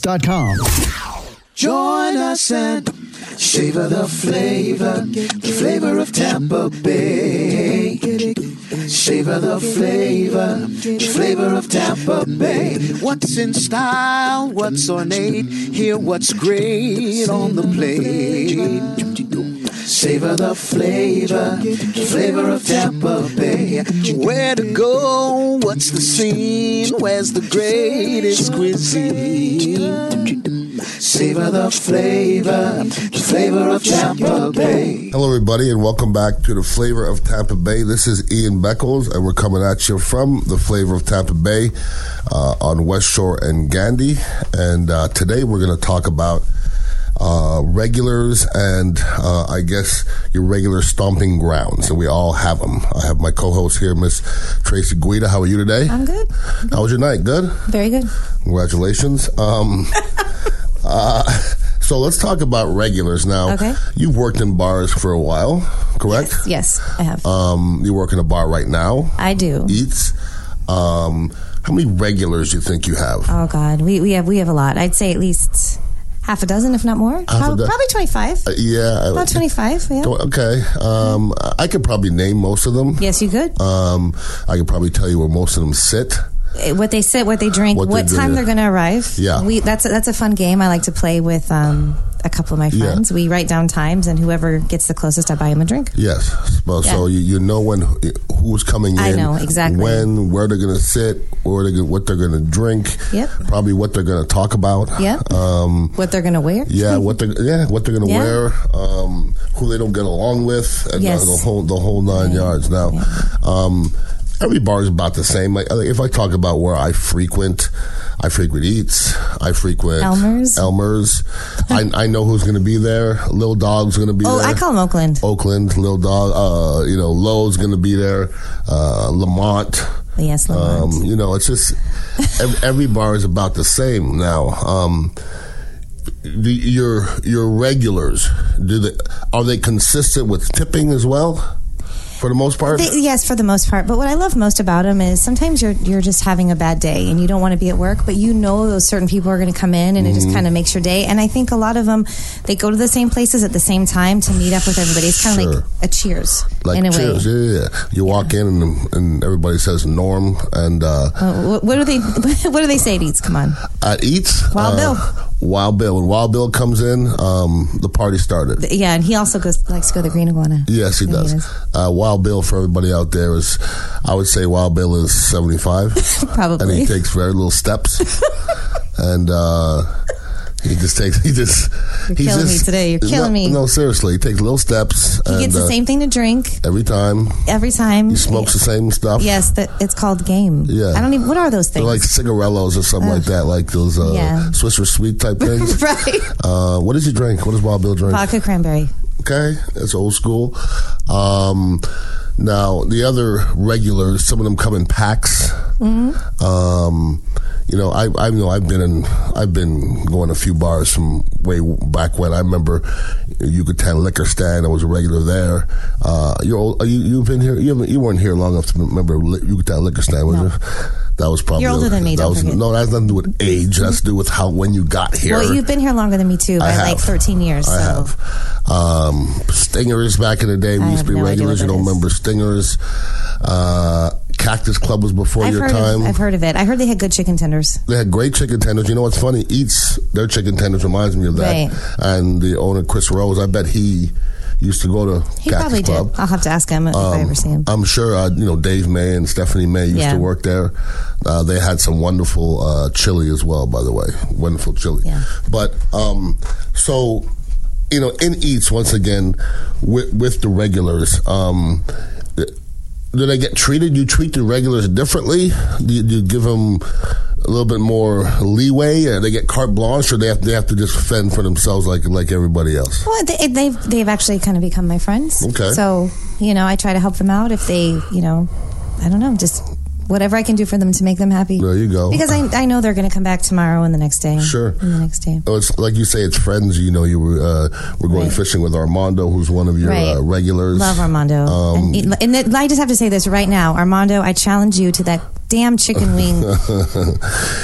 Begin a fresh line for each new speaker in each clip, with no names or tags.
radioinfluence.com.
Join us and savor the flavor, the flavor of Tampa Bay. Savor the flavor, the flavor of Tampa Bay. What's in style, what's ornate, hear what's great on the plate. Savor the flavor, the flavor of Tampa Bay. Where to go? What's the scene? Where's the greatest cuisine? Savor the flavor, the flavor of Tampa Bay.
Hello, everybody, and welcome back to the Flavor of Tampa Bay. This is Ian Beckles, and we're coming at you from the Flavor of Tampa Bay uh, on West Shore and Gandhi. And uh, today we're going to talk about uh, regulars and uh, I guess your regular stomping grounds, and we all have them. I have my co-host here, Miss Tracy Guida. How are you today?
I'm good.
How was your night? Good.
Very good.
Congratulations. Um, uh, so let's talk about regulars now.
Okay.
You've worked in bars for a while, correct?
Yes, I have.
Um, you work in a bar right now.
I do.
Eats. Um, how many regulars do you think you have?
Oh God, we, we have we have a lot. I'd say at least half a dozen, if not more. Prob-
do-
probably twenty five.
Uh, yeah. I-
About twenty five. Yeah.
Okay. Um, I could probably name most of them.
Yes, you could.
Um, I could probably tell you where most of them sit.
Eh, what they sit, what they drink,
What
what,
they do,
time
yeah.
they're going to arrive.
Yeah.
we that's a, that's a fun game I like to play with um, a couple of my
Yeah.
friends. We write down times, and whoever gets the closest, I buy him a drink.
Yes. Well, so you, you know when who's coming
I
in.
know, exactly.
When, where they're going to sit, where they what they're going to drink.
Yep.
Probably what they're going to talk about.
Yep.
Um,
What they're going to wear?
yeah, what they yeah, what they're gonna
Yeah.
wear, um, who they don't get along with, and
Yes.
the, the whole the whole nine yards. Now, um, every bar is about the same. Like if I talk about where I frequent, I frequent Eats, I frequent
Elmer's.
Elmer's. I, I know who's gonna be there. Lil Dog's gonna be
Oh,
there.
I call them Oakland.
Oakland, Lil Dog, uh, you know, Lowe's gonna be there, uh, Lamont.
Yes, Lamont.
Um, you know, it's just ev- every bar is about the same now. Um, the, your your regulars do they are they consistent with tipping as well for the most part?
They, yes, for the most part. But what I love most about them is sometimes you're you're just having a bad day and you don't want to be at work, but you know those certain people are going to come in and it
Mm-hmm.
just kind of makes your day. And I think a lot of them they go to the same places at the same time to meet up with everybody. It's kind of
Sure.
like a Cheers
like
in a
cheers,
way.
yeah, yeah, yeah. You walk in and, and everybody says Norm and uh,
Uh, what, what do they What do they say? It eats. Come on.
at Eats
Wild
uh,
Bill.
Wild Bill. When Wild Bill comes in, um, the party started.
Yeah, and he also goes likes to go to the Green Iguana.
Yes, he
Yeah, he
does.
does.
Uh, Wild Bill for everybody out there is, I would say Wild Bill is seventy five.
Probably.
and he takes very little steps, and uh, he just takes he just
You're
he's
killing me
just-
today. You're
no-
killing me.
No, seriously, he takes little steps.
he
and,
gets
uh,
the same thing to drink
every time.
every time.
He smokes the same stuff.
Yes, that it's called game.
Yeah.
I don't even. What are those
They're
things?
like cigarellos or something like that, like those uh,
Yeah.
Swiss or sweet type things.
right.
Uh, what does he drink? What does Wild Bill drink?
Vodka cranberry.
Okay, that's old school. Um, now the other regulars, some of them come in packs.
Mm-hmm.
Um, you know, I I know I've been in I've been going a few bars from way back when. I remember Yucatan Liquor Stand. I was a regular there. Uh, you're old, are you you've been here. You haven't, you weren't here long enough to remember Li- Yucatan Liquor Stand, was
No.
you? That was probably
You're older than me,
That
don't
was,
forget.
no, that has nothing to do with age. That's to do with how when you got here.
Well, you've been here longer than me too, by
I
like
have.
13 years.
I
so
have. Um, stingers back in the day. We
I
used to
have
be
no idea
regulars. You
what that
don't
is.
remember Stingers. Uh, Cactus Club was before
I've
your
heard.
time.
Of, I've heard of it. I heard they had good chicken tenders.
They had great chicken tenders. You know what's funny? Eats their chicken tenders reminds me of that.
Right.
And the owner Chris Rose, I bet he used to go to
He
Cactus
probably
Club.
did. I'll have to ask him if I ever see him.
Um, I'm sure uh, you know Dave May and Stephanie May used
Yeah.
to work there. Uh, they had some wonderful uh, chili as well, by the way, wonderful chili.
Yeah.
But um, so you know, in eats once again with, with the regulars. Um, do they get treated? You treat the regulars differently? Do you, do you give them a little bit more leeway? Or they get carte blanche, or they have, they have to just fend for themselves like like everybody else?
Well, they, they've they've actually kind of become my friends.
Okay.
So you know, I try to help them out if they, you know, I don't know, just whatever I can do for them to make them happy.
There you go.
Because I I know they're going to come back tomorrow and the next day.
Sure.
And the next day.
Oh, it's like you say, it's friends. You know, you were uh, we're going
Right.
fishing with Armando, who's one of your
Right.
uh, regulars.
Love Armando.
Um,
and, and I just have to say this right now, Armando. I challenge you to that damn chicken wing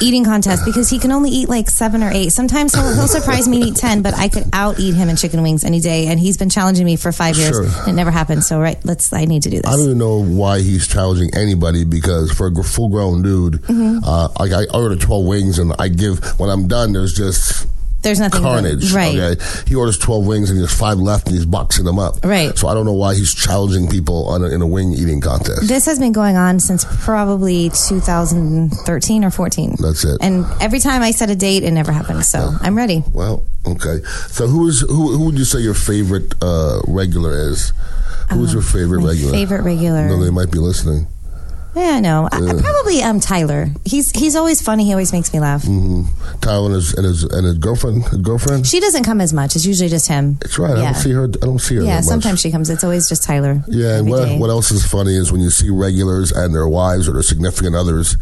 eating contest because he can only eat like seven or eight. Sometimes he'll, he'll surprise me and eat ten, but I could out eat him in chicken wings any day. And he's been challenging me for five years.
Sure.
and It never happened. So right, let's. I need to do
I don't
this.
even know why he's challenging anybody because for a full grown dude,
Mm-hmm.
uh, like I order twelve wings and I give when I'm done. There's just
There's nothing.
carnage.
Right.
Okay. He orders twelve wings and there's five left and he's boxing them up.
Right.
So I don't know why he's challenging people on a, in a wing eating contest.
This has been going on since probably 2013 or 14.
That's it.
And every time I set a date, it never happened. So I'm ready.
well, okay. So who is who? Who would you say your favorite uh, regular is? Who's your favorite
Um, My
regular?
favorite regular.
No, they might be listening.
Yeah, I know. I, I probably um Tyler. He's he's always funny. He always makes me laugh.
Mm-hmm. Tyler and his and his, and his girlfriend. His girlfriend.
She doesn't come as much. It's usually just him.
That's right. I
Yeah.
don't see her. I don't see her. that
Yeah,
much.
sometimes she comes. It's always just Tyler.
Yeah, and
every
what,
day.
what else is funny is when you see regulars and their wives or their significant others,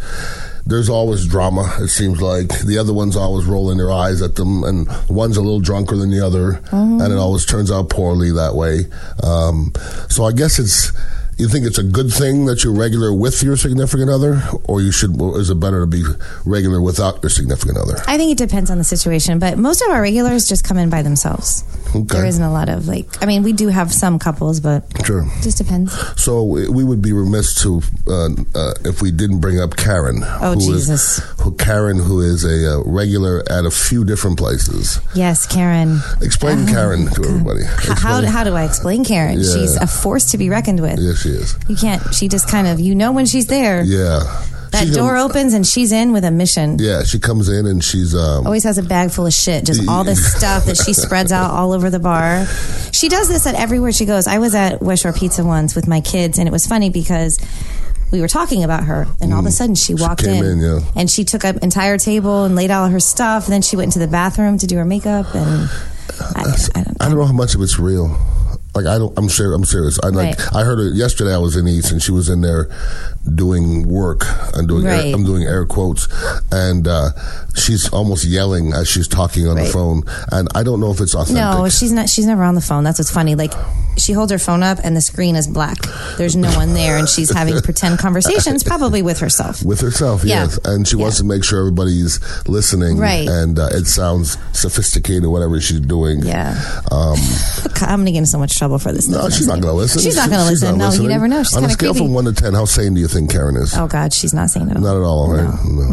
there's always drama, it seems like. The other one's always rolling their eyes at them, and one's a little drunker than the other, and it always turns out poorly that way. Um, so I guess it's. You think it's a good thing that you're regular with your significant other, or you should? Or is it better to be regular without your significant other?
I think it depends on the situation, but most of our regulars just come in by themselves.
Okay.
There isn't a lot of like. I mean, we do have some couples, but it
Sure.
just depends.
So we we would be remiss to uh, uh, if we didn't bring up Karen.
Oh,
who is-
Jesus.
who Karen, who is a uh, regular at a few different places.
Yes, Karen.
Explain Karen to everybody.
Oh, H- How, how do I explain Karen?
Yeah.
She's a force to be reckoned with.
yes, she is.
You can't. She just kind of. You know when she's there.
Yeah.
That
She's a-
door opens and she's in with a mission.
Yeah, she comes in and she's um,
always has a bag full of shit, just all this stuff that she spreads out all over the bar. She does this at everywhere she goes. I was at West Shore Pizza once with my kids, and it was funny because we were talking about her, and all of a sudden she walked
Mm. came in, yeah.
and she took an entire table and laid out her stuff. And then she went into the bathroom to do her makeup, and I, I don't.
I don't know how much of it's real. Like I don't, I'm serious. I'm serious. I like.
Right.
I heard it yesterday. I was in East, and she was in there doing work. I'm doing.
Right.
Air, I'm doing air quotes, and uh, she's almost yelling as she's talking on the
Right.
phone. And I don't know if it's authentic.
No, she's not. She's never on the phone. That's what's funny. Like, she holds her phone up, and the screen is black. There's no one there, and she's having pretend conversations, probably with herself.
with herself,
Yeah.
yes, and she wants to
Yeah.
make sure everybody's listening,
Right.
And uh, it sounds sophisticated, whatever she's doing.
Yeah.
Um,
I'm gonna get in so much trouble for this.
no, she's not going to listen.
She's not going to listen.
not
no,
listening.
you never know. She's
on
kind
a
of
scale
creepy.
from one to ten, how sane do you think Karen is?
oh God, she's not saying that.
Not at all, right? No.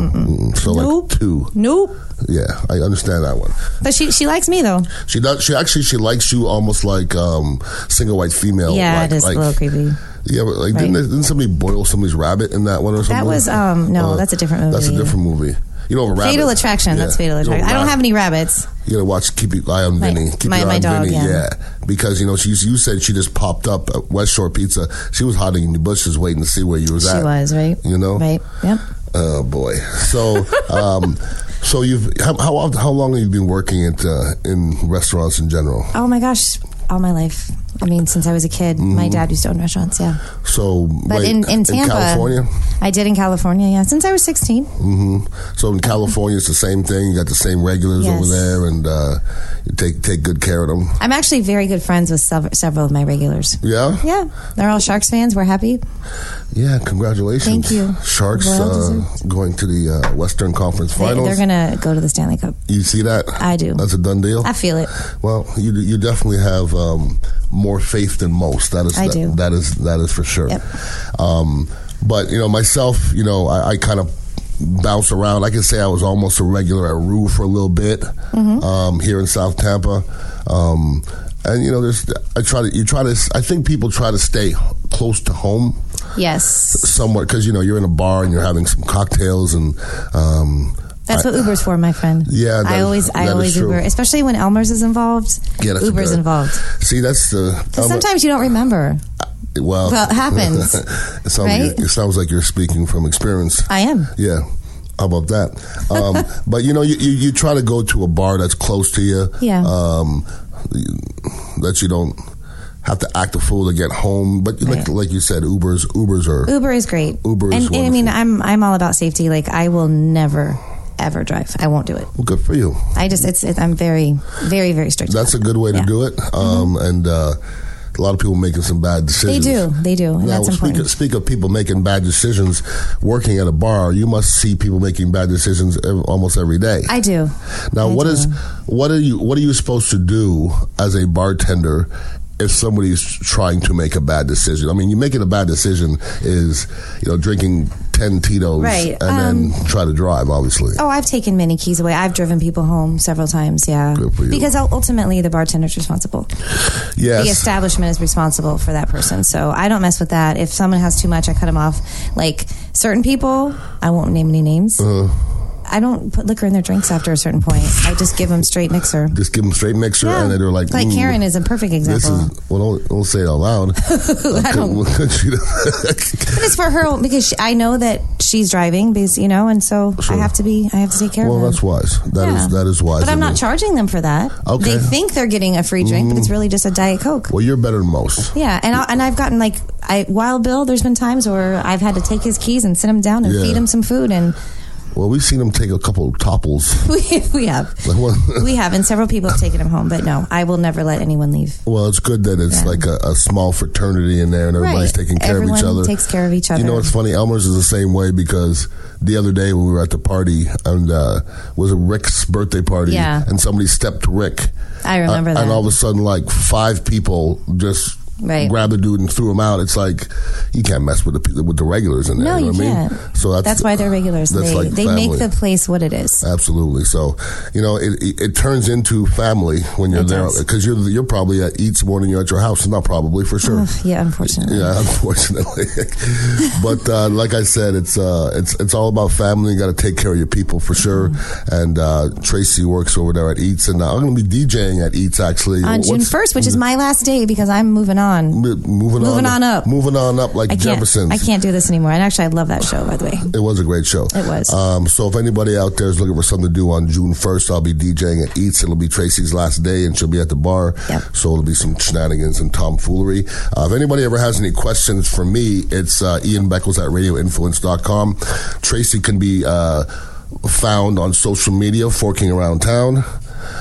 Mm-mm. So
Nope.
like two.
Nope.
Yeah, I understand that one.
But she she likes me though.
She does. She actually she likes you almost like um, single white female.
yeah,
like,
it is
like,
a little creepy.
Yeah, but like didn't,
Right.
didn't somebody boil somebody's rabbit in that one or something? Uh,
was, um, no, that's a different
That's a
movie.
different movie. You don't have a rabbit.
Fatal Attraction.
Yeah.
That's Fatal
You
Attraction. I don't
rabbit.
have any rabbits.
You gotta watch. Keep your eye on
My-
Vinny. Keep
my-
your eye
my
on
dog,
Vinny.
yeah.
because you know she. You said she just popped up at West Shore Pizza. She was hiding in the bushes waiting to see where you was at.
She was right.
You know.
Right. Yep.
Oh boy. So, um, so you've how how oft- how long have you been working at uh, in restaurants in general?
Oh my gosh, all my life. I mean, since I was a kid, my dad used to own restaurants. Yeah.
So,
But
Mm-hmm. wait,
in, in Tampa,
California.
I did in California. Yeah, since I was 16.
Mm-hmm. So in California, it's the same thing. You got the same regulars
Yes.
over there, and uh, you take take good care of them.
I'm actually very good friends with several, several of my regulars.
Yeah,
Yeah, they're all Sharks fans. We're happy.
yeah. Congratulations,
Thank you.
Sharks
Well
uh,
deserved.
going to the uh, Western Conference
They,
Finals.
they're gonna go to the Stanley Cup.
you see that?
I do.
That's a done deal.
I feel it.
well, you you definitely have um, more faith than most. That is
I
that,
do.
that is that is for sure.
Yep.
Um, but you know, myself, you know, I, I kind of bounce around. I can say I was almost a regular at Rue for a little bit
Mm-hmm.
um, here in South Tampa. Um, and you know, there's I try to you try to I think people try to stay close to home
Yes.
somewhat because you know you're in a bar and you're having some cocktails and. Um,
That's
I-
what Uber's for, my friend.
Yeah, that-
I always,
that
I
is
always
true.
Uber, especially when Elmer's is involved.
Yeah, that's a
Uber's
good-
involved.
See, that's the.
Because sometimes you don't remember.
well,
Well, it happens,
it, sounds like
right?
you're- it sounds like you're speaking from experience.
I am.
Yeah. How about that? Um, but you know, you, you, you try to go to a bar that's close to you.
Yeah.
Um, that you don't have to act a fool to get home. But like,
Right.
like you said, Ubers Ubers are
Uber is great.
Uber is
and, and I mean,
wonderful.
I'm, I'm all about safety. Like, I will never, ever drive. I won't do it.
good for you.
I just, it's, it, I'm very, very, very strict.
That's a good way to
Yeah.
do it. Um, And uh, a lot of people making some bad
Mm-hmm. They
decisions.
do. They do. And
Now,
that's
speak
important.
of, speak of people making bad decisions. Working at a bar, you must see people making bad decisions ev- almost every day.
I do.
now,
I
what
do.
is
Mm-hmm.
what are you what are you supposed to do as a bartender if somebody's trying to make a bad decision? I mean, you making a bad decision is you know drinking ten Tito's
Right, um,
and then try to drive. Obviously,
Oh, I've taken many keys away. I've driven people home several times. Yeah,
Good for you.
because ul- ultimately the bartender's responsible. The
yes.
establishment is responsible for that person. So I don't mess with that. If someone has too much, I cut them off. Like certain people, I won't name any names.
Uh-huh.
I don't put liquor in their drinks after a certain point. I just give them straight mixer.
Just give them straight mixer, and then they're like, "Ooh,
Karen is a perfect
This
example.
is well. Don't, don't say it out loud.
I don't
don't.
But it's for her because she, I know that she's driving because you know, and so I have to be. I have to take care
well,
of them.
that's wise. That is
Uh-huh. Yeah.
that is wise.
But I'm
of
not
you.
charging them for that.
Okay. Mm-hmm.
They think they're getting a free drink, but it's really just a Diet Coke.
Well, you're better than most.
Yeah, and I, and I've gotten like I Wild Bill. There's been times where I've had to take his keys and sit him down and
Yeah.
feed him some food, and
Well, we've seen him take a couple of topples.
we we have
Like, well,
we have, and several people have taken him home. But no, I will never let anyone leave.
well, it's good that it's
Yeah.
like a, a small fraternity in there, and everybody's
Right.
taking care
Everyone
of each other.
takes care of each
You
other.
know what's funny? Elmer's is the same way because the other day when we were at the party and uh, was it Rick's birthday party,
Yeah.
and somebody stepped Rick.
I remember
Uh,
that.
And all of a sudden, like five people just
Right.
grabbed the dude and threw him out. It's like you can't mess with the pe- with the regulars in there.
No,
you know
you
what I mean?
can't.
So that's
That's why they're regulars.
That's
They
like
they
family.
make the place what it is.
Absolutely. So, you know, it, it, it turns into family when you're
It
there
does.
because you're you're probably at each morning you're at your house. Not probably for sure.
yeah, unfortunately.
Yeah, unfortunately. but uh, like I said, it's uh, it's it's all about family. You got to take care of your people for sure.
Mm-hmm.
And uh, Tracy works over there at Eats, and uh, I'm going to be DJing at Eats actually
On June
What's-
first, which is my last day because I'm moving on.
m- moving,
Moving
on,
on up.
moving on up like
I can't.
Jefferson's.
I can't do this anymore. And actually, I love that show. By the way,
It was a great show.
It was.
Um, so if anybody out there is looking for something to do on June first, I'll be DJing at Eats. It'll be Tracy's last day, and she'll be at the bar.
Yep.
So it'll be some shenanigans and tomfoolery. Uh, if anybody ever has any questions for me, it's uh, Ian Beckles at RadioInfluence.com. Tracy can be uh, found on social media, forking around town.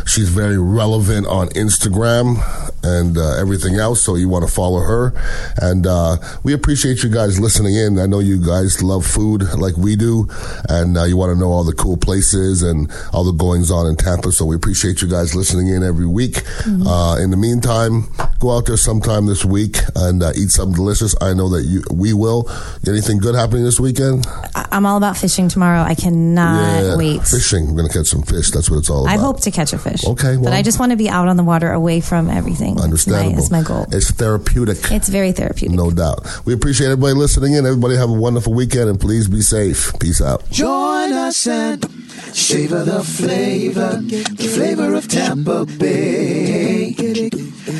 She's very relevant on Instagram and uh, everything else, so you want to follow her. And uh, we appreciate you guys listening in. I know you guys love food like we do, and uh, you want to know all the cool places and all the goings on in Tampa. So we appreciate you guys listening in every week.
Mm-hmm.
Uh, in the meantime, go out there sometime this week and uh, eat something delicious. I know that you, we will. Anything good happening this weekend?
I- I'm all about fishing tomorrow. I cannot wait.
Fishing. We're going to catch some fish. That's what it's all about.
I hope to catch a fish.
Okay, well-
but I just want to be out on the water, away from everything. That's my-
Understandable.
That's my, goal.
It's therapeutic.
It's very therapeutic.
No doubt. We appreciate everybody listening in. Everybody have a wonderful weekend and please be safe. Peace out.
Join us and savor the flavor, the flavor of Tampa Bay.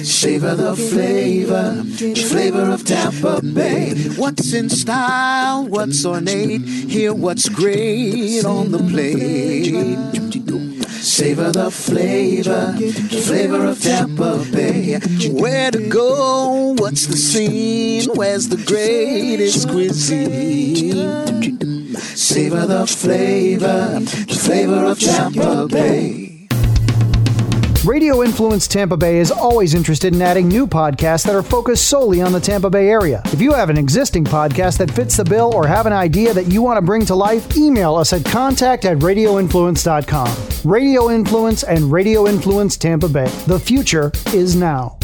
Savor the flavor, the flavor of Tampa Bay. What's in style? What's ornate? Hear what's great on the plate. Savor the flavor, the flavor of Tampa Bay. Where to go? What's the scene? Where's the greatest cuisine? Savor the flavor, the flavor of Tampa Bay.
Radio Influence Tampa Bay is always interested in adding new podcasts that are focused solely on the Tampa Bay area. If you have an existing podcast that fits the bill or have an idea that you want to bring to life, email us at contact at radioinfluence.com. Radio Influence and Radio Influence Tampa Bay. The future is now.